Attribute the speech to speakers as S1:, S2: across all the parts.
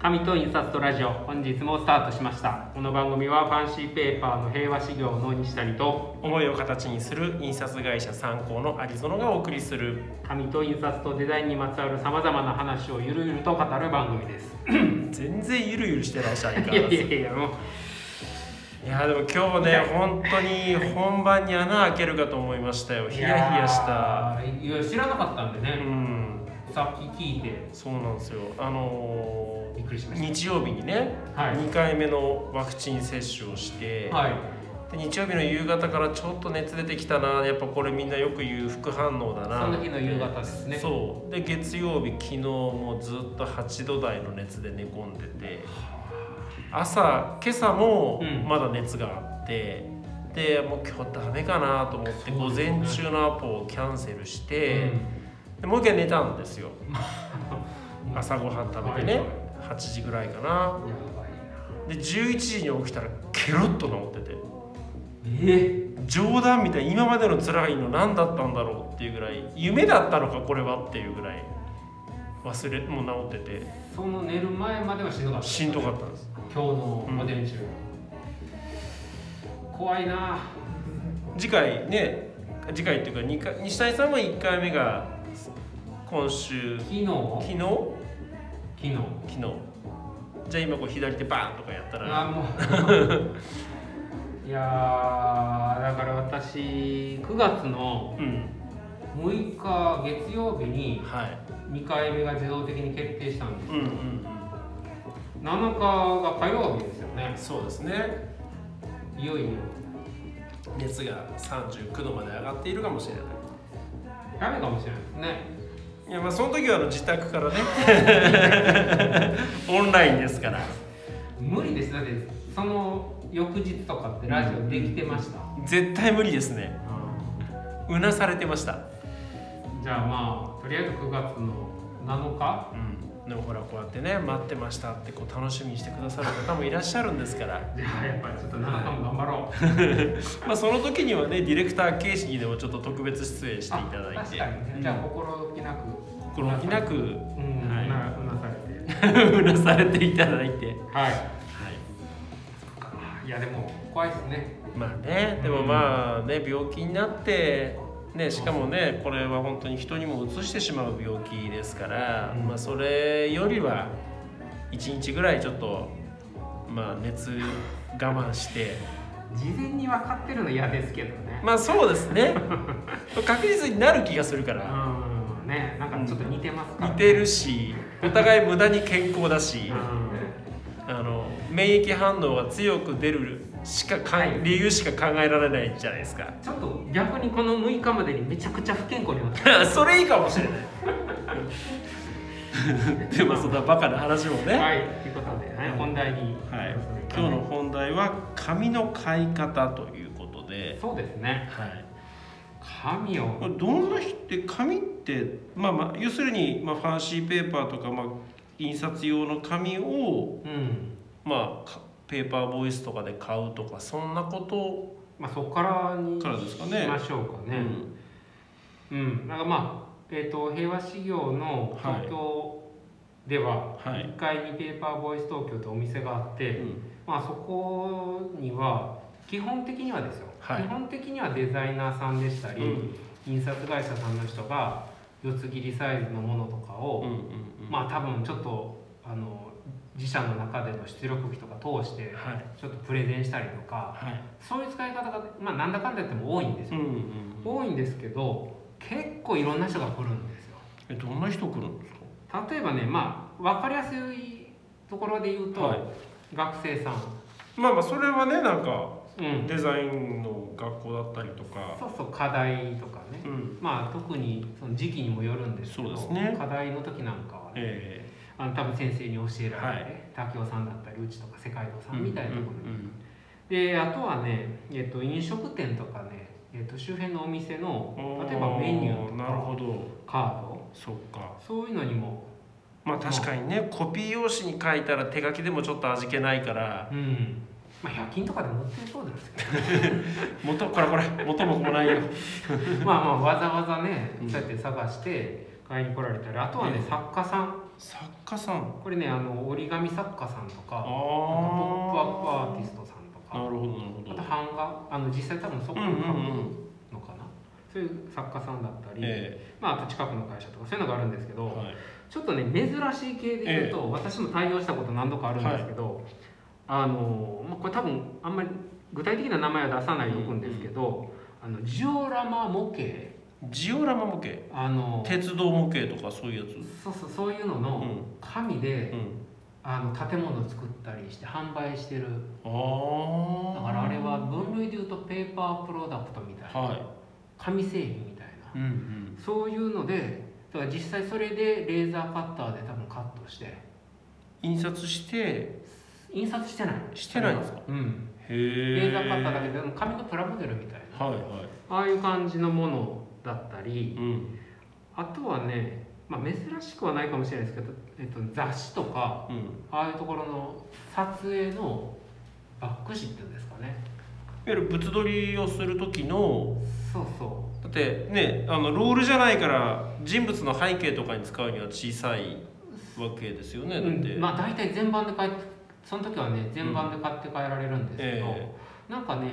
S1: 紙と印刷とラジオ本日もスタートしましたこの番組はファンシーペーパーの平和修行の西谷と
S2: 思いを形にする印刷会社参考のアリゾノがお送りする
S1: 紙と印刷とデザインにまつわるさまざまな話をゆるゆると語る番組です
S2: 全然ゆるゆるしてらっしゃる
S1: い
S2: か
S1: や
S2: らず
S1: いやいやもう
S2: いやでも今日ね本当に本番に穴開けるかと思いましたよヒヤヒヤした
S1: いや知らなかったんで
S2: う
S1: ね、
S2: ん
S1: さっき聞いて
S2: そうなんですよあの
S1: びっくりしま
S2: ー
S1: し
S2: 日曜日にね、
S1: はい
S2: 2回目のワクチン接種をして、
S1: たはい
S2: で日曜日の夕方からちょっと熱出てきたなやっぱこれみんなよく言う副反応だな
S1: その日の夕方ですね
S2: そうで月曜日昨日もずっと8度台の熱で寝込んでて朝今朝も
S1: うん
S2: まだ熱があって、でもう今日ダメかなと思って
S1: そう
S2: 午
S1: ですよね
S2: 前中のアポをキャンセルし
S1: う
S2: て、
S1: ん
S2: でもう一回寝たんです よ
S1: うん
S2: 朝ごはん食べてね、
S1: はい
S2: 8時ぐらいかな
S1: やばい
S2: で11時に起きたらケロッと治ってて
S1: なえ
S2: 冗談みたいに今までの辛いの何だったんだろうっていうぐらい夢だったのかこれはっていうぐらい忘れもう治ってて
S1: その寝る前まではしんどかった
S2: しんどかったんです
S1: 今日の午前中、怖いな
S2: 次回ね次回っていうか二回西谷さんも1回目が今週
S1: 昨日昨
S2: 昨日
S1: 日
S2: 昨日じゃあ今こう左手バーンとかやったら
S1: あも ういやーだから私9月の
S2: うん
S1: 6日月曜日に
S2: はい
S1: 2回目が自動的に決定したんで
S2: うんうんうん
S1: 7日が火曜日ですよね
S2: そうですね
S1: いよいよ
S2: 熱が39度まで上がっているかもしれない
S1: ダメかもしれないですね
S2: いやまあその時はあの自宅からねオンラインですから
S1: 無理ですだってその翌日とかってラジオできてました、
S2: 絶対無理ですねうなされてました、
S1: じゃあまあとりあえず9月の7日
S2: うん、でもほらこうやってね待ってましたってこう楽しみにしてくださる方もいらっしゃるんですから
S1: じゃあやっぱりちょっと7日も頑張ろう
S2: まあその時にはねディレクター形式にでもちょっと特別出演していただいて
S1: あ確かにね、じゃあ心置きなく
S2: 心置きなく
S1: うん、
S2: はいう
S1: なうなされて
S2: うなされていただいて、は、
S1: はいいやでも怖いですね
S2: まあねでもまあね病気になってね、しかもねこれは本当に人にもうつしてしまう病気ですから、
S1: うん
S2: まあ、それよりは1日ぐらいちょっと、まあ、熱我慢して
S1: 事前に分かってるの嫌ですけどね
S2: まあそうですね確実になる気がするから
S1: うんねなんかちょっと似てますから、
S2: 似てるしお互い無駄に健康だし
S1: う
S2: あの免疫反応が強く出るしかかん
S1: はい
S2: 理由しか考えられないじゃないですか
S1: ん、ちょっと逆にこの6日までにめちゃくちゃ不健康になって
S2: それいいかもしれないでもそんなバカな話もね、
S1: はいということで、ね、本題に、
S2: はい、今日の本題は紙の買い方ということで、
S1: そうですね
S2: はい、
S1: 紙を
S2: これどんな人って紙って、まあ、まあ要するに、まあ、ファンシーペーパーとか、まあ、印刷用の紙を、
S1: うん
S2: まあ、かペーパーボイスとかで買うとかそんなこと
S1: まあそこからに
S2: からですかね。
S1: しましょうかね、
S2: うん
S1: うん、なんかまあ、えー、と平和修行の
S2: はい
S1: 東京では
S2: はい
S1: 1階にペーパーボイス東京とお店があって、
S2: うん
S1: まあ、そこには基本的にはですよ、
S2: はい
S1: 基本的にはデザイナーさんでしたり、
S2: うん
S1: 印刷会社さんの人が四つ切りサイズのものとか
S2: うん
S1: を、
S2: うん
S1: まあ多分ちょっとあの自社の中での出力費とか通して
S2: はい
S1: ちょっとプレゼンしたりとか
S2: はい
S1: そういう使い方が、まあ、なんだかんだ言っても多いんですよ
S2: うんうんうん
S1: 多いんですけど結構いろんな人が来るんですよ
S2: えどんな人来るんですか
S1: 例えばねまあ分かりやすいところで言うと、
S2: はい
S1: 学生さん、
S2: まあまあそれはねなんか
S1: うん、
S2: デザインの学校だったりとか、
S1: そうそう課題とかね
S2: うん
S1: まあ特にその時期にもよるんですけど
S2: そうですね
S1: 課題の時なんかはね
S2: え
S1: あの多分先生に教えられて、
S2: は
S1: ね竹雄さんだったりうちとか世界堂さ
S2: うん
S1: んみたいなところに、であとはね、えっと飲食店とかね、えっと周辺のお店の
S2: うんうん
S1: 例えばメニューと
S2: なる
S1: か
S2: ほど
S1: カード
S2: そっか
S1: そういうのにも、
S2: まあ確かにねコピー用紙に書いたら手書きでもちょっと味気ないから
S1: うんまあ、100均とかでも売ってそうですけ
S2: 元これこれ元も子もないよ
S1: どまあまあわざわざね
S2: うん
S1: そうやって探して買いに来られたりあとはね
S2: うん
S1: 作家さん
S2: 作家さん
S1: これねあの折り紙作家さんと
S2: あ
S1: かあとポップアップア
S2: あ
S1: ーティストさんと
S2: な
S1: か
S2: るほどなる
S1: あ
S2: ほ
S1: と
S2: ど
S1: 版画あの実際多分そこ
S2: う
S1: に
S2: ん
S1: 書
S2: う
S1: く
S2: んうん
S1: のかな、そういう作家さんだったり、
S2: え
S1: まあ、あと近くの会社とかそういうのがあるんですけ
S2: え
S1: ど、
S2: はい
S1: ちょっとね珍しい系で言うと、私も対応したこと何度かあるんですけど、あのまあ、これ多分あんまり具体的な名前は出さないでおくんですけど、あのジオラマ模型
S2: ジオラマ模型
S1: あの
S2: 鉄道模型とかそういうやつ
S1: そうそうそういうの
S2: う
S1: の
S2: ん
S1: 紙で、
S2: うん
S1: あの建物を作ったりして販売してるだ
S2: ああ
S1: からあれは分類で言うとペーパープロダクトみたいな
S2: は
S1: 紙製品みたいない
S2: うんうん
S1: そういうのでだから実際それでレーザーカッターで多分カットして
S2: 印刷して
S1: 印刷してない
S2: してないんですか
S1: うん
S2: へえ
S1: レーザーカッターだけ
S2: け
S1: で紙のプラモデルみたい
S2: はいは
S1: なああいう感じのものだった
S2: い
S1: り
S2: うん
S1: あとはね、まあ、珍しくはないかもしれないですけど、えっと、雑誌とか
S2: うん
S1: ああいうところの撮影のバック誌っていうんですかね
S2: いわゆる物撮りをする時の
S1: そうそ
S2: だってねあのロールじゃないから人物の背景とかに使うには小さいわけですよ
S1: う、
S2: ねだっ
S1: う
S2: て、
S1: ん、まあ大体全版で買いその時はね全版で買って帰られるんですけど、
S2: え
S1: なんかね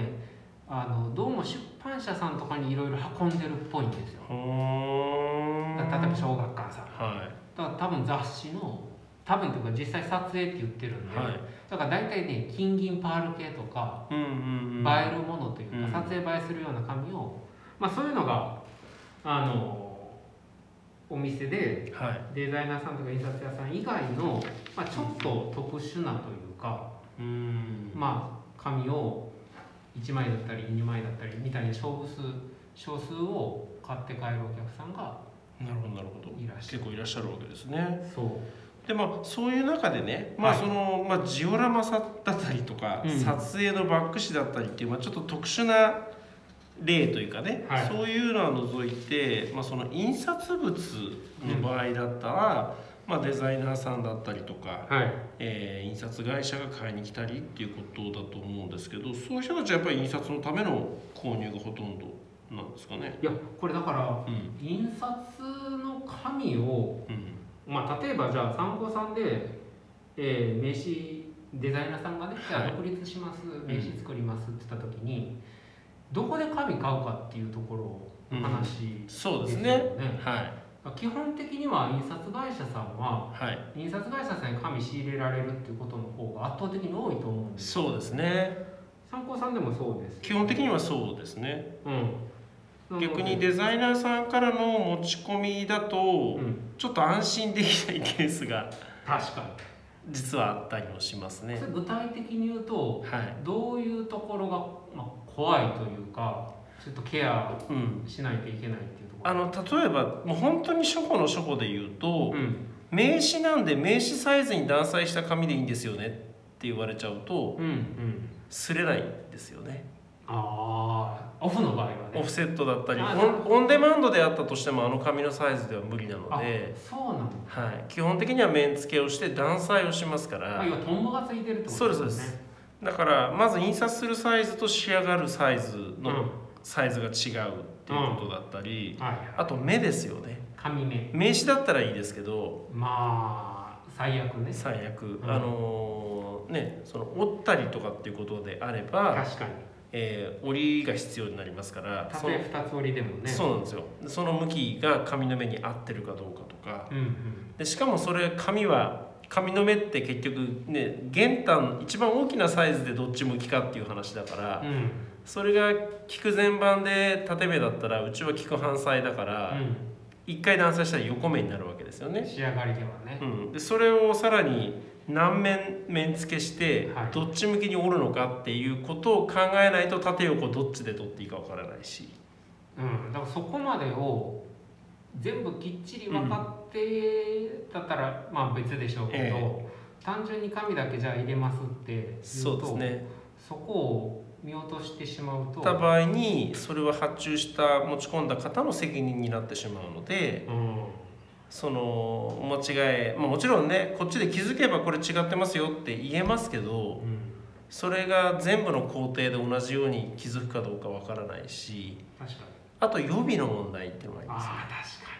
S1: あのどうも出版社さんとかにいろいろ運んでるっぽいんですよ
S2: はー
S1: だ例えば小学館さん
S2: は
S1: だから多分雑誌の多分というか実際撮影って言ってるん
S2: い
S1: で、
S2: はい
S1: だから大体ね金銀パール系とか、
S2: うんうんうん
S1: 映えるものという
S2: うん
S1: か撮影映えするような紙を、まあ、そういうのがあのお店で
S2: はい
S1: デザイナーさんとか印刷屋さん以外の、まあ、ちょっと特殊なというか、
S2: うん
S1: まあ紙を1枚だったり2枚だったりみたいな少数少数を買って帰るお客さんが
S2: なるほどなるほど
S1: いらっし
S2: 結構いらっしゃるわけですね
S1: ゃるそう
S2: でまあそういう中でね、まあ
S1: はい
S2: そのまあ、ジオラマさだったりとか、
S1: うん
S2: 撮影のバック誌だったりっていう、まあ、ちょっと特殊な例というかね、
S1: はい
S2: そういうのは除いて、まあ、その印刷物の場合だったら、まあ、デザイナーさんだったりとか、
S1: はい
S2: えー印刷会社が買いに来たりっていうことだと思うんですけどそういう人たちはやっぱり印刷のための購入がほとんどなんですかね。
S1: いやこれだから
S2: うん
S1: 印刷の紙を
S2: うん
S1: まあ、例えばじゃあ参考さんで、えー名刺デザイナーさんがね、じゃあ独立します
S2: ん
S1: 名刺作りますって言った時にどこで紙買うかっていうところの話
S2: そうです
S1: よ
S2: ね、はい
S1: 基本的には印刷会社さんは
S2: はい、
S1: 印刷会社さんに紙仕入れられるっていうことの方が圧倒的に多いと思うんです
S2: そうですね
S1: 参考さんでもそうです
S2: 基本的にはそうですね。
S1: うん
S2: 逆にデザイナーさんからの持ち込みだと
S1: うん
S2: ちょっと安心できないケースが
S1: 確か
S2: 実はあったりもします
S1: に、
S2: ね
S1: そ。れ具体的に言うと
S2: はい
S1: どういうところが、まあ、怖いというかちょっとケア
S2: うん、
S1: しないといけないっていうところ
S2: あの例えばもう本当に初歩の初歩で言うと
S1: うん
S2: 名刺なんで名刺サイズに断裁した紙でいいんですよねって言われちゃうと
S1: うんうん
S2: 擦れないんですよね
S1: ああオフの場合は
S2: オ
S1: ね
S2: フセットだったり
S1: あ
S2: オンオンデマンドであったとしてもあの紙のサイズでは無理なので、
S1: そうなの
S2: はい、基本的には面付けをして断裁をしますから。
S1: まあ今トンボがついてるってこと
S2: そうですそうだからまず印刷するサイズと仕上がるサイズ
S1: うん
S2: のサイズが違うっていうことだったり、
S1: はい
S2: あと目ですよね
S1: 紙目
S2: 名刺だったらいいですけど
S1: まあ最悪ね
S2: 最悪、
S1: ん
S2: あのーねその折ったりとかっていうことであれば、
S1: 確かに
S2: えー折りが必要になりますから
S1: た
S2: そ
S1: と
S2: の
S1: え二つ折りでもね
S2: そうなんですよその向きが紙の目に合ってるかどうかとか
S1: うんうん
S2: でしかもそれ紙は紙の目って結局ね玄関一番大きなサイズでどっち向きかっていう話だから、
S1: うん
S2: それが菊前版で縦目だったらうちは菊反対だから一回断裁したら横目になるわけですよ
S1: う
S2: ね
S1: ん、仕上がりではね
S2: うん、でそれをさらに何面面付けして
S1: はい
S2: どっち向きに折るのかっていうことを考えないと縦横どっちで取っていいかわからないし
S1: うんだからそこまでを全部きっちり分かってだったら、まあ別でしょうけど、
S2: え
S1: 単純に紙だけじゃあ入れますっていうと
S2: そうですね
S1: そこを見落としてしまうと
S2: った場合にそれは発注した持ち込んだ方の責任になってしまうので
S1: うん
S2: その間違え、まあ、もちろんねこっちで気づけばこれ違ってますよって言えますけど
S1: うん
S2: それが全部の工程で同じように気づくかどうかわからないし
S1: 確かに
S2: あと予備の問題っていうのがありますよね
S1: ああ確かに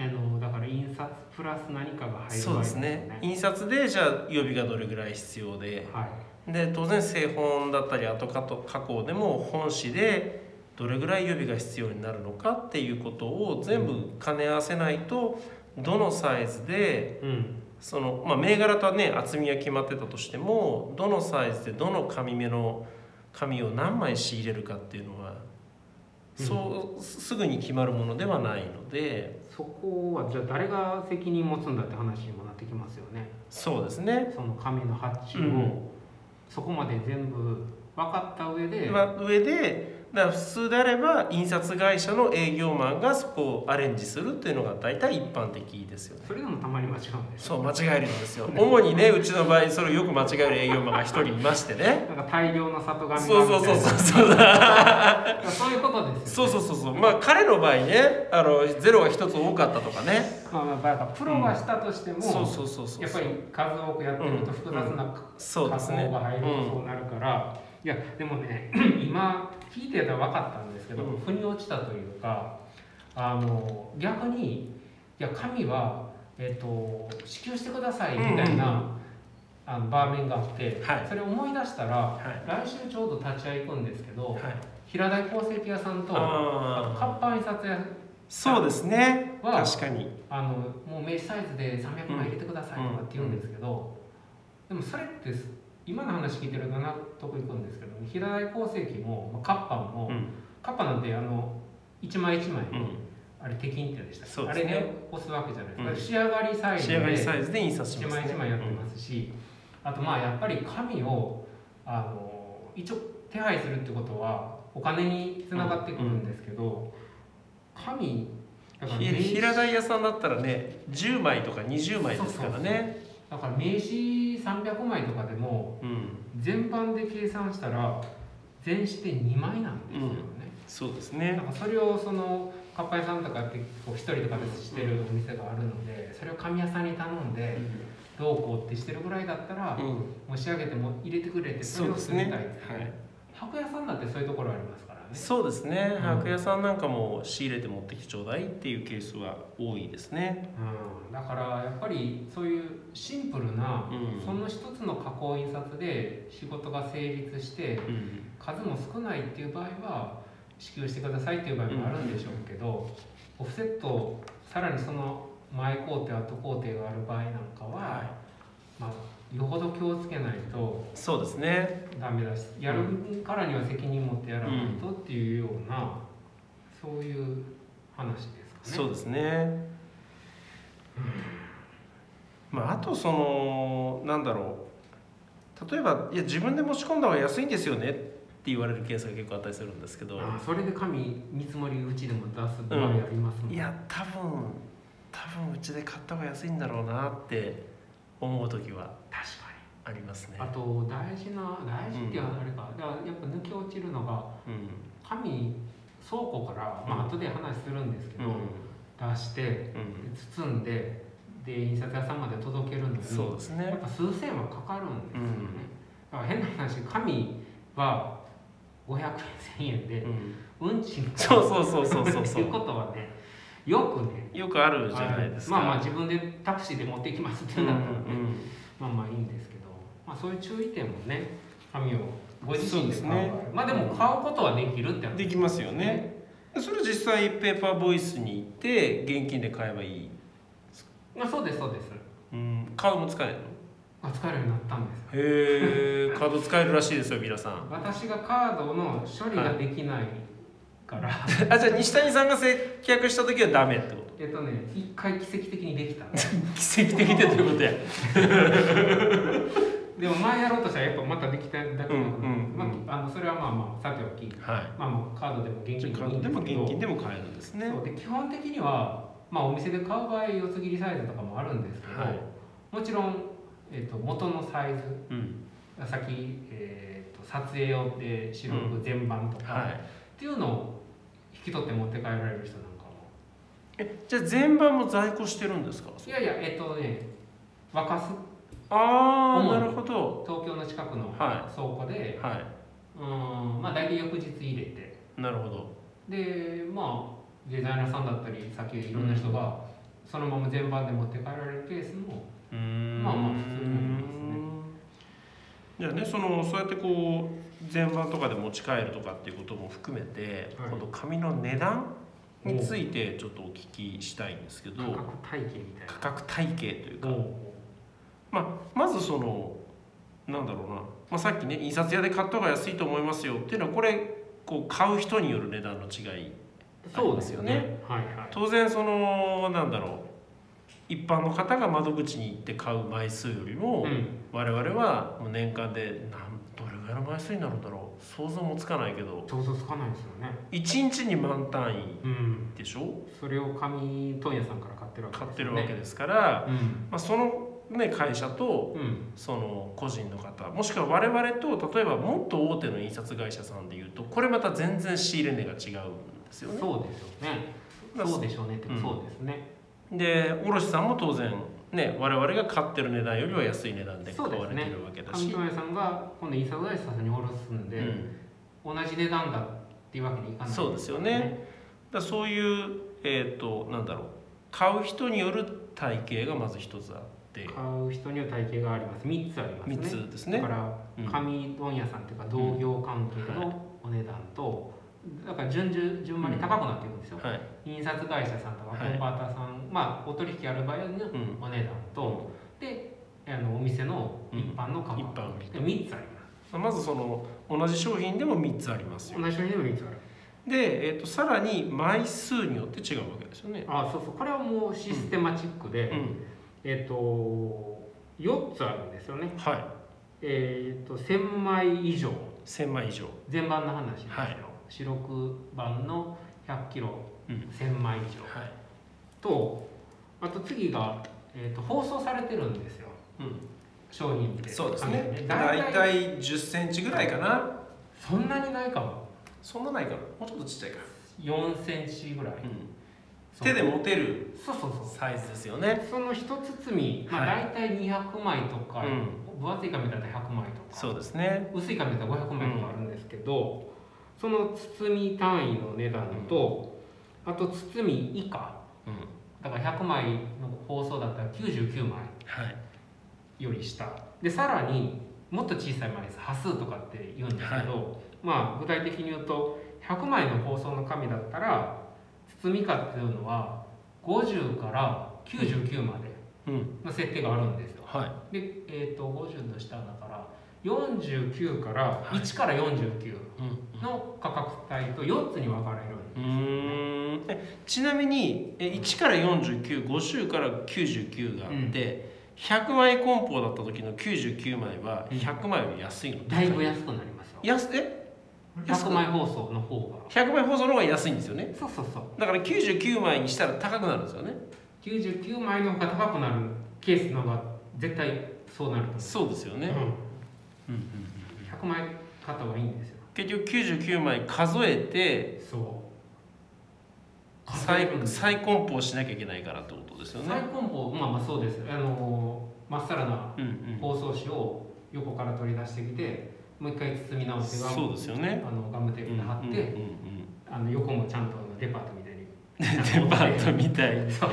S1: あのだから印刷プラス何かが入る
S2: そう
S1: わ
S2: で
S1: け
S2: すね印刷でじゃあ予備がどれぐらい必要で
S1: はい
S2: で当然製本だったり後加と加工でも本紙でどれぐらい予備が必要になるのかっていうことを全部兼ね合わせないとどのサイズで
S1: うん
S2: その、まあ、銘柄とはね厚みが決まってたとしてもどのサイズでどの紙目の紙を何枚仕入れるかっていうのはそうすぐに決まるものではないので
S1: そこはじゃあ誰が責任持つんだって話にもなってきますよね
S2: そうですね。
S1: その紙の発注を、
S2: うん
S1: そこまで全部分かった上で、
S2: まあ、上でだから普通であれば印刷会社の営業マンがそこをアレンジするっていうのが大体一般的ですよね
S1: それでもたまに間違うんです
S2: そう間違えるんですよ主にねうちの場合それをよく間違える営業マンが一人いましてね
S1: なんか大量の里紙
S2: そうそうそうそうそう
S1: うそういうことです
S2: そ
S1: よ、
S2: う
S1: ね、
S2: そうそうそうまあ彼の場合ねあのゼロが一つ多かったとかね
S1: まあまあだからプロがしたとしても、
S2: そうそうそうそう
S1: やっぱり数多くやってると複雑な
S2: そうですね
S1: 加工が入ると
S2: う
S1: そうなるから、いやでもね 今聞いてたら分かったんですけど、
S2: うん
S1: 腑に落ちたというかあの逆にいや神は、えっと支給してくださいみたいな、あの場面があって、
S2: はい
S1: それ思い出したら、
S2: は
S1: 来週ちょうど立ち会い行くんですけど、
S2: んはい
S1: 平台鉱石屋さんとあと
S2: あ
S1: 活版印刷屋
S2: ーそうですね
S1: は
S2: 確かに
S1: あのもう名刺サイズで300枚入れてくださいとかって言うんですけど、でもそれってす今の話聞いてると納得いくんですけど平台鉱石も、まあ、カッパも、
S2: うん
S1: カッパなんてあの一枚一枚、
S2: うん
S1: あれテキンってでした
S2: そうで
S1: あ
S2: す
S1: れ
S2: ね
S1: で押すわけじゃないですか、
S2: うん
S1: 仕上がりサイズ
S2: 仕上がり
S1: で
S2: サイズで印刷し
S1: 一
S2: ます
S1: 枚一枚やってますし、あとまあやっぱり紙をあの一応手配するってことはお金につながってくるんですけど、紙だから
S2: ひ
S1: 名刺
S2: 平台屋さんだったらね10枚とか20枚ですからね
S1: だから名刺300枚とかでも
S2: うん
S1: 全版で計算したら全紙で2枚なんですよね、
S2: そうです
S1: なん
S2: ね
S1: かそれをそのかっぱ屋さんとかってこう一人とかでしてるお店があるのでそれを紙屋さんに頼んでどうこうってしてるぐらいだったら
S2: うん
S1: 持ち上げても入れてくれてそれを
S2: そ
S1: す
S2: う
S1: み
S2: で
S1: た
S2: す
S1: い
S2: ねはい
S1: 箔屋さんだってそういうところありますからね
S2: そうですね
S1: うん
S2: 箔屋さんなんかも仕入れて持ってきてちょうだいっていうケースは多いですね
S1: うん、だからやっぱりそういうシンプルな、
S2: うん
S1: その一つの加工印刷で仕事が成立して
S2: うん
S1: 数も少ないっていう場合は支給してくださいっていう場合もあるんでしょうけど、オフセットさらにその前工程後工程がある場合なんかは、
S2: は
S1: まあ、よほど気をつけないと
S2: いそうですね
S1: ダメだしやるからには責任持ってやらないとっていうような、そういう話ですか
S2: そ
S1: ね。
S2: うですねまああとそのなんだろう例えばいや自分で持ち込んだ方が安いんですよねって言われるケースが結構あったりするんですけど
S1: あそれで紙見積もりうちでも出す場合ありますもん、
S2: いや多分多分うちで買った方が安いんだろうなって思う時は
S1: 確かに
S2: ありますね
S1: あと大事な大事ってはあれか、だからやっぱ抜け落ちるのが
S2: うん
S1: 紙倉庫から、まあ後で話するんですけど、出して
S2: うん
S1: 包んでで印刷屋さんまで届けるのに
S2: そうです
S1: や
S2: ね
S1: っぱ数千はかかるんですよね、だから変な話紙は500円1000円で
S2: うん
S1: 運賃が
S2: そうそうそうそうそう
S1: って
S2: そ
S1: いうことはねよくね
S2: うよくあるじゃないですか
S1: あのまあまあ自分でタクシーで持っていきますって
S2: う
S1: いうんん
S2: う
S1: だったらね、
S2: ん
S1: まあまあいいんですけど、まあ、そういう注意点もね紙をご自身で買う
S2: そうですね
S1: まあでも買うことはできるって話
S2: できますよねそれ実際ペーパーボイスに行って現金で買えばいい、
S1: まあそうですそうです
S2: うん、カードも使えるの
S1: あ使えるようになったんですよ
S2: へえカード使えるらしいですよ皆さん
S1: 私がカードの処理ができないから、
S2: あじゃあ西谷さんが接客した時はダメってこと
S1: えっとね一回奇跡的にできた
S2: 奇跡的でということや
S1: でも前やろうとしたらやっぱまたできただけなので、
S2: うんうん
S1: まあ、あのそれはまあまあさておき
S2: はい
S1: まあもうカードでも現金
S2: じゃ
S1: で
S2: あカ
S1: もいい
S2: ード
S1: んですけど
S2: でも現金でも買えるんですね
S1: そうで基本的にはまあ、お店で買う場合四つ切りサイズとかもあるんですけど、
S2: はい
S1: もちろん、えー、と元のサイズ
S2: うん
S1: さっき、えー、と撮影用で白
S2: う
S1: く全版とか、
S2: はい
S1: っていうのを引き取って持って帰られる人なんかも
S2: えじゃあ全版も在庫してるんですか
S1: いやいやえっ、とね若洲
S2: ああ
S1: 主に
S2: なるほど
S1: 東京の近くの
S2: は
S1: 倉庫で、
S2: は
S1: うんまあ、大体翌日入れて
S2: いなるほど
S1: でまあデザイナーさんだったりさっきいろんな人がそのまま全版で持って帰られるケースも
S2: うーん
S1: まあまあ普通にあります
S2: じゃあねそのそうやってこう前版とかで持ち帰るとかっていうことも含めて、
S1: はい
S2: 今度紙の値段についてちょっとお聞きしたいんですけど
S1: 価格体系みたい
S2: 価格体系というか
S1: な。
S2: まあ、まずそのなんだろうな、まあ、さっきね印刷屋で買った方が安いと思いますよっていうのはこれこう買う人による値段の違い
S1: そうですよ
S2: あ
S1: ね。はいはい。
S2: 当然そのなんだろう一般の方が窓口に行って買う枚数よりも、
S1: うん
S2: 我々はもう年間で何どれぐらいの枚数になるんだろう想像もつかないけど
S1: 想像つかないですよね。
S2: 1日に万単位
S1: うん。
S2: でしょ
S1: それを紙問屋さんから買ってるわけ
S2: 買っ
S1: で
S2: て
S1: すよ
S2: るわ
S1: ね。
S2: けですから、
S1: うん。
S2: まあ、その、ね、会社と
S1: うん。
S2: その個人の方もしくは我々と例えばもっと大手の印刷会社さんでいうとこれまた全然仕入れ値が違うんですよね。
S1: そうですよね。
S2: まあ
S1: そうでしょうねって
S2: うん
S1: そうですね。
S2: で卸さんも当然ね我々が買ってる値段よりは安い値段で買
S1: そうですね
S2: われてるわけだ
S1: 紙
S2: し。
S1: 問屋さんが今度印刷会社さんに卸すん
S2: う
S1: で、
S2: ん
S1: 同じ値段だっていうわけにいかない。
S2: そうですよね。だからそういうえっ、となんだろう買う人による体系がまず一つあって
S1: 買う人には体系があります。三つありますね。
S2: 三つです
S1: だ
S2: ね
S1: か。ら
S2: うん
S1: 紙問屋さんっていうか同業関係のお値段と、だから順々順番に高くなっていくんですよ、
S2: はい。
S1: 印刷会社さんとかコ
S2: はい
S1: ンパーターさん、まあお取引ある場合の
S2: うん。
S1: お値段とであのお店の一般の価
S2: 一
S1: 格、
S2: 般
S1: で3つありま
S2: まずその同じ商品でも3つあります
S1: す
S2: よ。
S1: 同じ商品でも3つある
S2: で、えー、とさらに枚数によって違うわけですよね。
S1: あそうそうこれはもうシステマチックで、
S2: うん、
S1: えっ、と4つあるんですよね
S2: は
S1: えっ、と1000枚以上
S2: い1000枚以上、
S1: 全版の話なんですよ、
S2: はい
S1: 四六版の100キロ
S2: うん
S1: 1000枚以上、
S2: はい
S1: とあと次が、えー、と放送されてるんですよ
S2: うん、
S1: 商品で
S3: そうです
S1: 紙
S3: ね
S1: で
S3: だ
S1: 大
S3: い
S1: 体
S3: たい1 0ンチぐらいかな
S1: そんなにないかも
S3: そんなないかなもうちょっとちっちゃいか
S1: 4センチぐらい
S3: 手で持てる
S1: そうそうそう
S2: サイズですよね。
S1: その一包み、まあ、
S2: は
S1: 大体200枚とか、
S2: うん
S1: 分厚い紙だったら100枚とか
S2: そうですね。
S1: 薄い紙だったら500枚とかあるんですけど、その包み単位の値段と、あと包み以下
S2: うん、
S1: だから100枚の包装だったら99枚
S2: はい
S1: より下でさらにもっと小さい枚です端数とかって言うんですけど、まあ具体的に言うと100枚の包装の紙だったら包み方っていうのは50から99まで
S2: うん
S1: の設定があるんですよ、
S2: は
S1: で、えー、と50の下だから49から1から49
S2: い
S1: の価格帯と4つに分かれる
S2: うんうーんえちなみにえ1から4950から99があって、100枚梱包だった時の99枚は100枚より安いの、
S1: だいぶ安くなりますよ
S2: 安え安く
S1: 100枚包装の方
S2: 100枚包装の方が安いんですよね
S1: がそうそうそう
S2: だから99枚にしたら高くなるんですよね
S1: 99枚の方が高くなるケースの方が絶対そうなると思う
S2: そうですよね、
S1: うん100枚買った方がいいんですよ
S2: 結局99枚数えて
S1: そう
S2: 再
S1: んです
S2: 再梱包しなきゃいけないからってことですよね
S1: 再梱包まあまあそうですあのーまっさらな
S2: うんうん
S1: 包装紙を横から取り出してきてもう一回包み直してガム
S2: そうですよね
S1: あのガムテープで貼って、
S2: うんうんうん
S1: あの横もちゃんとあのデパートみたいに
S2: デパートみたい、
S1: そう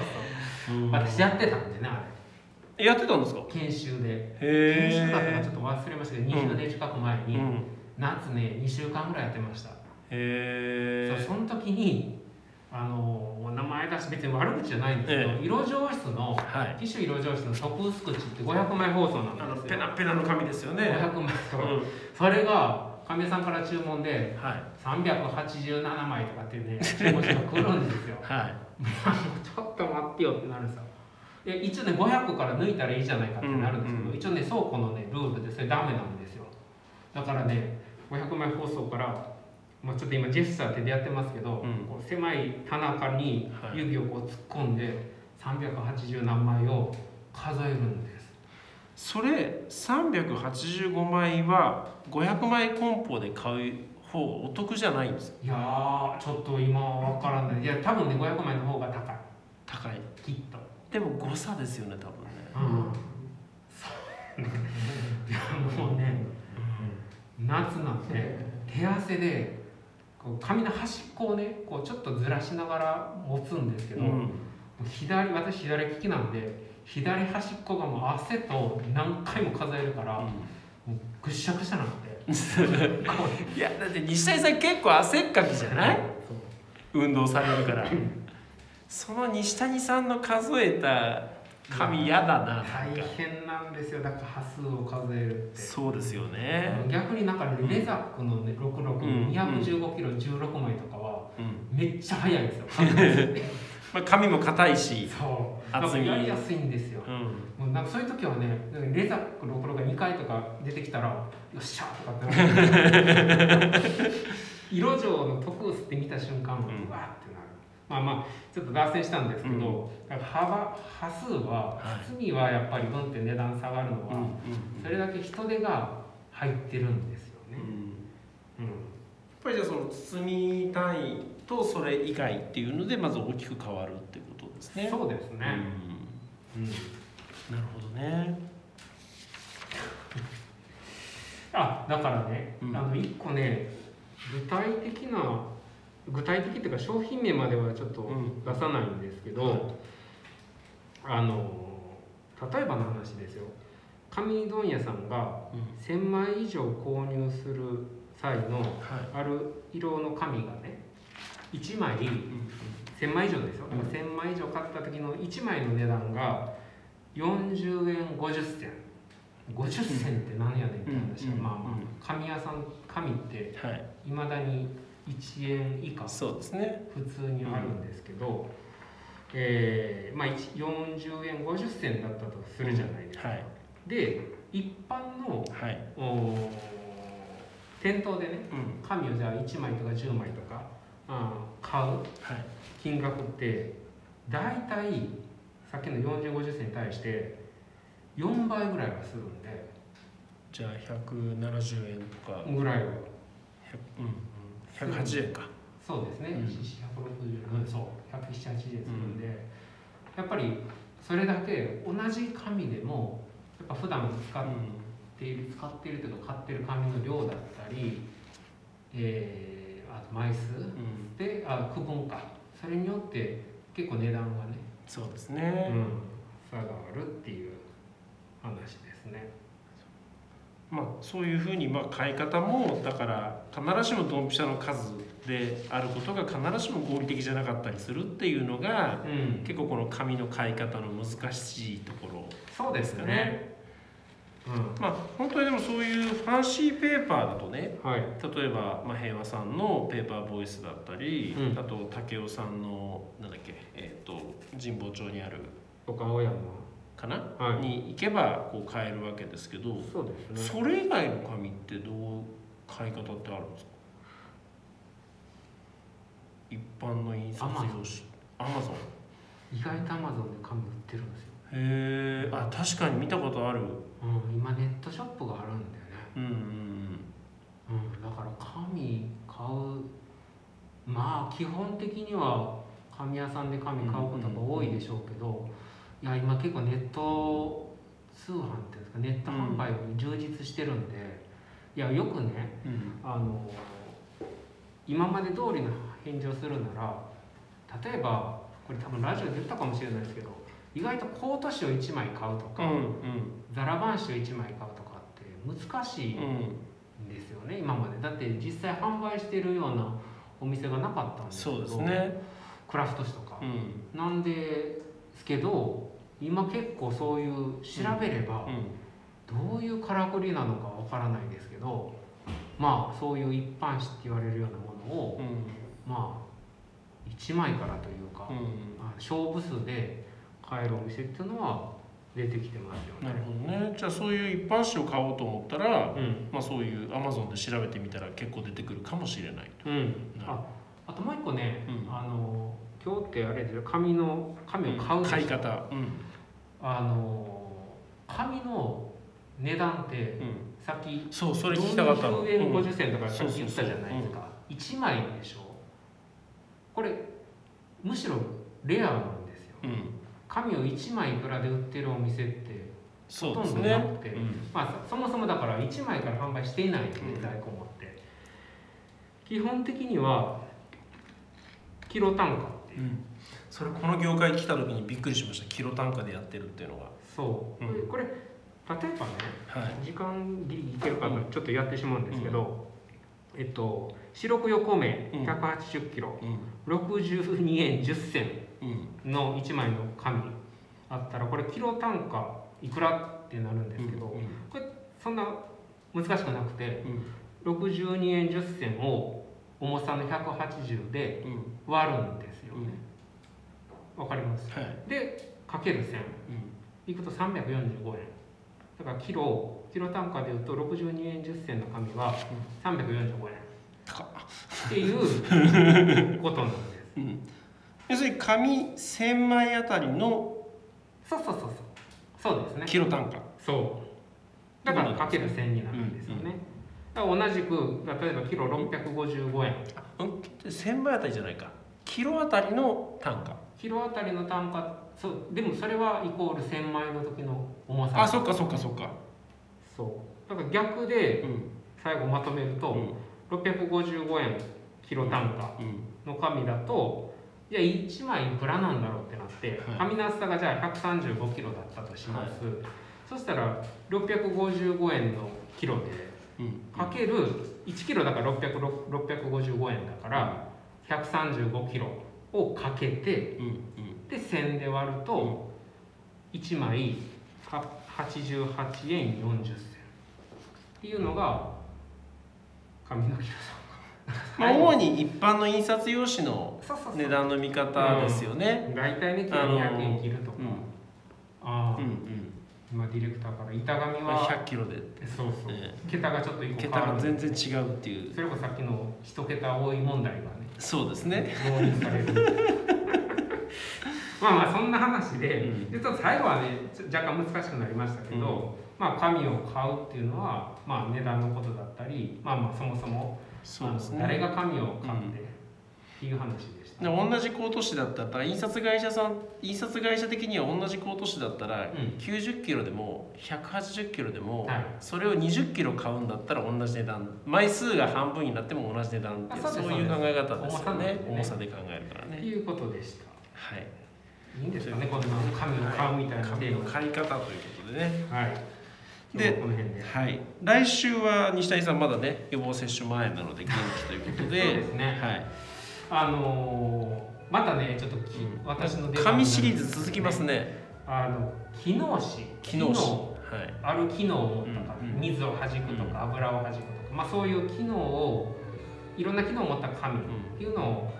S1: そう私やってたんでねあ
S2: やってたんですか
S1: れ研修で
S2: へ
S1: 研修だったかち
S2: え
S1: ょっと忘れましたけど20年近く前
S2: う
S1: に、
S2: ん、
S1: 夏ね2週間ぐらいやってました
S2: へえ
S1: そうその時にあのもう名前出して別に悪口じゃないんですけど、
S2: え
S1: 色上質の
S2: はい
S1: ティッシュ色上質の特薄口って500枚包装
S2: あ
S1: な
S2: の
S1: んです
S2: ペ
S1: よ
S2: ナペナの紙ですよね、
S1: 500枚
S2: う
S1: と
S2: ん
S1: か、それが神谷さんから注文で
S2: はい
S1: 387枚とかっていうね注文書が来るんですよ
S2: は
S1: ちょっと待ってよってなるんですよで一応ね500から抜いたらいいじゃないかってなるんですけど、
S2: うんう
S1: 一応ね倉庫のねルールでそれダメなんですよだからね500枚包装からまあ、ちょっと今ジェスチャー手でやってますけど、
S2: うん
S1: こう狭い棚からに
S2: はい
S1: 指をこう突っ込んで380何枚を数えるんです
S2: それ385枚は500枚梱包で買う方がお得じゃないんです
S1: いやーちょっと今は分からないいや多分ね500枚の方が高い
S2: 高い
S1: きっと、
S2: でも誤差ですよね多分ね
S1: うん、 そうねいやもうね夏なんて手汗でこう髪の端っこをねこうちょっとずらしながら持つんですけど、
S2: うん
S1: 左私左利きなんで左端っこがもう汗と何回も数えるから、もうぐっしゃぐしゃなんで こう
S2: いやだって西谷さん結構汗っかきじゃない
S1: そう
S2: 運動されるからその西谷さんの数えた紙嫌だななんか
S1: 大変なんですよだから端数を数えるって、
S2: そうですよね、
S1: 逆になんかレザックのね
S2: うん
S1: 6625キロ16枚とかは
S2: うん
S1: めっちゃ速い ですよ
S2: まあ、紙も硬いし、
S1: そうだか
S2: 厚
S1: ら
S2: み
S1: やりやすいんですよ
S2: うん、
S1: もうなんかそういう時はねレザック66が2回とか出てきたらよっしゃーとかってなる 色上の特薄って見た瞬間うわーっ
S2: ん
S1: てなるまあまあちょっと脱線したんですけど、だから幅端数は
S2: は
S1: 厚みはやっぱりうんって値段下がるのは、それだけ人手が入ってるんですよ
S2: う
S1: ね。
S2: ん
S1: うん、
S2: やっぱりじゃあその包み単位とそれ以外っていうのでまず大きく変わるってことですね。
S1: そうです
S2: う
S1: ね。うん
S2: んなるほどね。
S1: あだからね、
S2: うん
S1: あの一個ね具体的な具体的っていうか商品名まではちょっと
S2: うん
S1: 出さないんですけど、あの例えばの話ですよ紙問屋さんが
S2: うん
S1: 1,000枚以上購入する際の
S2: はい。
S1: ある色の紙がね1枚1000枚以上ですよ、だから1000枚以上買った時の1枚の値段が40円50銭50銭って何やねんって話は、
S2: うん
S1: まあま
S2: う
S1: あ
S2: ん
S1: 紙屋さん紙って
S2: はい。
S1: いまだに1円以下
S2: そうですね。
S1: 普通にあるんですけど、えーまあ、一40円50銭だったとするじゃないですか、
S2: はい。
S1: で一般の
S2: はい。
S1: おー店頭でね
S2: うん。
S1: 紙をじゃあ1枚とか10枚とか、あー買う
S2: はい。
S1: 金額って大体さっきの4050銭に対して4倍ぐらいはするんで
S2: じゃあ百七十円とか、
S1: ぐらいは
S2: 百うん百八十円か。
S1: そうですね、
S2: うん
S1: 160うんそう1 7 8円するんで、やっぱりそれだけ同じ紙でもやっぱ普段使っている使っているというか買ってる紙の量だったり、えーあと枚数
S2: うんうん
S1: であ区分かそれによって結構値段がね
S2: そうです
S1: う
S2: ね。
S1: ん、差があるっていう話ですね。
S2: まあそういうふうにまあ買い方もだから必ずしもドンピシャの数であることが必ずしも合理的じゃなかったりするっていうのが
S1: うん、
S2: 結構この紙の買い方の難しいところ
S1: そうですね。うん、
S2: まあ本当にでもそういうファンシーペーパーだとね
S1: はい。
S2: 例えば、まあ、平和さんのペーパーボイスだったり、
S1: うん
S2: あと武雄さんのなんだっけ、えー、と神保町にある
S1: とか青山。
S2: かな、
S1: はい
S2: に行けばこう買えるわけですけど、
S1: そうですね。
S2: それ以外の紙ってどう買い方ってあるんですか一般の印刷用紙アマゾン
S1: 意外とアマゾンで紙売ってるんですよ。
S2: へえあ確かに見たことある
S1: うん、今ネットショップがあるんだよね。
S2: うんうんうん
S1: うん、だから紙買う。まあ、基本的には紙屋さんで紙買うことが多いでしょうけど。いや、今結構ネット。通販っていうんですか、ネット販売も充実してるんで。いや、よくね。
S2: うん
S1: あの今まで通りの返事をするなら例えばこれ多分ラジオで言ったかもしれないですけど意外とコート紙を1枚買うと
S2: う
S1: か、
S2: ん
S1: ザラバン紙を1枚買うとかって難しい
S2: うんうん
S1: んですよね、今までだって実際販売してるようなお店がなかったんですけ
S2: そ
S1: ど
S2: うですね
S1: クラフト紙とか
S2: う、ん
S1: なんですけど今結構そういう調べれば、
S2: うん
S1: どういうからくりなのかわからないですけどまあそういう一般紙って言われるようなものを
S2: うん
S1: まあ1枚からというか、
S2: うん
S1: まあ、勝負数で買えるお店っていうのは出てきてますよ
S2: なる
S1: ね。
S2: ほどねじゃあそういう一般紙を買おうと思ったら、
S1: うん
S2: まあ、そういうアマゾンで調べてみたら結構出てくるかもしれない
S1: うん
S2: な、る
S1: ああともう一個ね、
S2: うん
S1: あの今日ってあれですよ紙の紙を買うでしょ
S2: 買い方、うん
S1: あの紙の値段って
S2: うん
S1: さっき
S2: そうそれ聞きたかったの、
S1: 40円
S2: うん
S1: 50銭とかさっき
S2: そう
S1: 言っ
S2: そうそう
S1: たじゃないですか一枚でしょこれむしろレアなんですよ
S2: うん
S1: 紙を一枚いくらで売ってるお店って
S2: そ
S1: ほ
S2: う
S1: と
S2: です
S1: んど
S2: ね
S1: なくて、まあ、そもそもだから1枚から販売していないんで
S2: うん
S1: 大根もって基本的にはキロ単価っていう
S2: うんうんそれこの業界来た時にびっくりしましたキロ単価でやってるっていうのが
S1: そう、
S2: うん
S1: これ例えばね
S2: はい
S1: 時間ギリギリいけるかなちょっとやってしまうんですけど、えっと四六横目
S2: うん
S1: 180キロ、
S2: うん
S1: 62円10銭
S2: うん
S1: の1枚の紙あったらこれキロ単価いくらってなるんですけど、
S2: うん
S1: そんな難しくなくて
S2: うん
S1: 62円10銭を重さの180で
S2: うんうん
S1: 割るんですよ
S2: うん
S1: ねわ、かります
S2: はい
S1: でかける1000
S2: うん
S1: いくと345円だからキロキロ単価でいうと62円10銭の紙は345円っていう ことなんです
S2: 要するに紙1000枚あたりの
S1: そうそうそうそうそうですね
S2: キロ単価
S1: そうだからかける1000になるんですよね、だから同じく例えばキロ655円
S2: うん1000枚あたりじゃないかキロあたりの単価
S1: キロあたりの単価そうでもそれはイコール1000枚の時の重さ
S2: あそっかそっかそっか
S1: そうだから逆で
S2: うん
S1: 最後まとめると、
S2: うん
S1: 655円キロ単価
S2: うん
S1: の紙だといや1枚いくらなんだろうってなって、
S2: はい
S1: 紙の厚さがじゃあ135キロだったとします、そしたら655円のキロで
S2: うん
S1: かける1キロだから600 655円だから135キロをかけて
S2: うん
S1: で1000で割ると1枚は88円40銭っていうのが紙のキロ
S2: まあ主に一般の印刷用紙の
S1: そうそうそう
S2: 値段の見方ですよね。
S1: 大体ね
S2: あのー
S1: 900円切るとか、
S2: う
S1: あ
S2: ん
S1: あ
S2: うん
S1: 今ディレクターから板
S2: う
S1: 紙
S2: ん。まあ
S1: は
S2: 100キロで、
S1: そうそう、
S2: え
S1: 桁がちょっと一
S2: え
S1: 個変
S2: 桁
S1: わ
S2: が
S1: る
S2: 全然違うっていう。
S1: それこそさっきの一桁多い問題がね
S2: そうですね。
S1: 導入される まあまあそんな話で、
S2: うん
S1: でちょっと最後はねちょ若干難しくなりましたけど、まあ紙を買うっていうのは、まあ、値段のことだったりまあまあそもそも、
S2: そうです
S1: あの誰
S2: ね。
S1: が紙を買っ
S2: うん
S1: てっていう話でした、
S2: で同じ高都市だったら印刷会社さん印刷会社的には同じ高都市だったら
S1: うん
S2: 90キロでも180キロでも
S1: はい
S2: それを20キロ買うんだったら同じ値段枚数が半分になっても同じ値段っていう
S1: あそう
S2: そ
S1: です
S2: ういう考え方ですよね重
S1: 重
S2: さ
S1: さ
S2: で考えるから
S1: って
S2: ね
S1: いうことでした
S2: はい
S1: いいんですかねこんな紙を買うみたいな
S2: 紙の買い方ということでね
S1: はい今日はこの辺で
S2: はい、来週は西谷さんまだね予防接種前なので元気ということで
S1: そうですね
S2: はい、
S1: あのーまたねちょっとき、私の出番
S2: 紙シリーズ続きますね
S1: あの機能紙
S2: 機能紙
S1: 機
S2: はい
S1: ある機能とか、
S2: うんうん
S1: 水をはじくとか、油をはじくとか、まあ、そういう機能をいろんな機能を持った紙っていうのを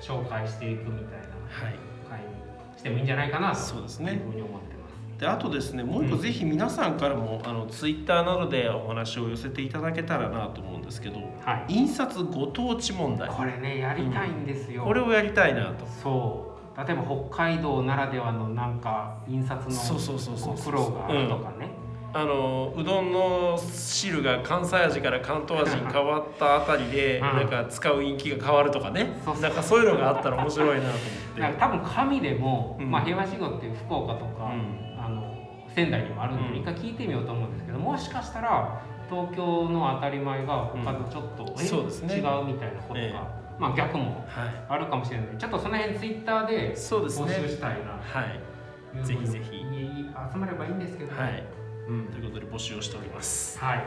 S1: 紹介していくみたいな
S2: はい
S1: 会にしてもいいんじゃないかなと
S2: そうです
S1: いう
S2: ね
S1: ふうに思ってます。
S2: であとですねもう一個
S1: うん
S2: ぜひ皆さんからも、あのツイッターなどでお話を寄せていただけたらなと思うんですけど
S1: はい、
S2: 印刷ご当地問題
S1: これねやりたいんですよ。
S2: これをやりたいなと
S1: そう例えば北海道ならではのなんか印刷
S2: そう
S1: の
S2: そうそうそう
S1: ご苦
S2: そう
S1: 労があるとかね。
S2: あのうどんの汁が関西味から関東味に変わったあたりで、
S1: うん
S2: なんか使う印気が変わるとかね
S1: そうそう
S2: なんかそういうのがあったら面白いなと思
S1: な
S2: っ
S1: ん
S2: て。
S1: か多分紙でも、
S2: うん
S1: まあ、平和信号っていう福岡と
S2: う
S1: か、
S2: ん
S1: あの仙台にもあるん
S2: うん
S1: で一回聞いてみようと思うんですけど、もしかしたら東京の当たり前が他のちょっと、え
S2: そうですね
S1: 違うみたいなことが、
S2: ええ
S1: まあ逆も
S2: は
S1: あるかもしれないちょっとその辺ツイッター
S2: い、
S1: で
S2: そうです
S1: 募
S2: ね
S1: 集したいな
S2: はい、
S1: というふう
S2: ぜ
S1: に
S2: ひぜひ
S1: いい集まればいいんですけどね、
S2: はい、
S1: うん
S2: ということで募集をしております
S1: はい
S2: はい、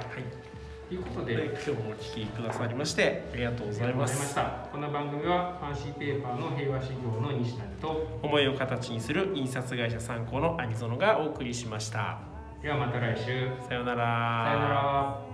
S1: ということ
S2: で
S1: で
S2: 今日もお聞きくださりましてありがとうございま
S1: ありがとうございますしたこの番組はファンシーペーパーの平和信号の西谷と
S2: 思いを形にする印刷会社参考のアニゾノがお送りしました
S1: ではまた来週
S2: さようなら
S1: さよなら